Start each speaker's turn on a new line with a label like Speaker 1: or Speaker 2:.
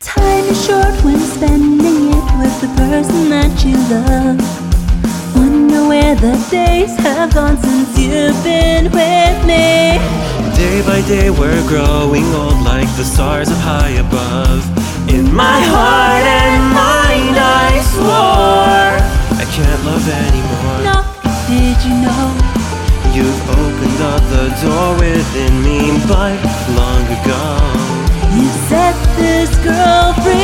Speaker 1: Time is short when spending it with the person that you love. Wonder where the days have gone since you've been with me.
Speaker 2: Day by day we're growing old like the stars up high above. In my heart and mind I swore I can't love anymore.
Speaker 1: No, did you know?
Speaker 2: You've opened up the door within me, but long ago.
Speaker 1: You set this girl free.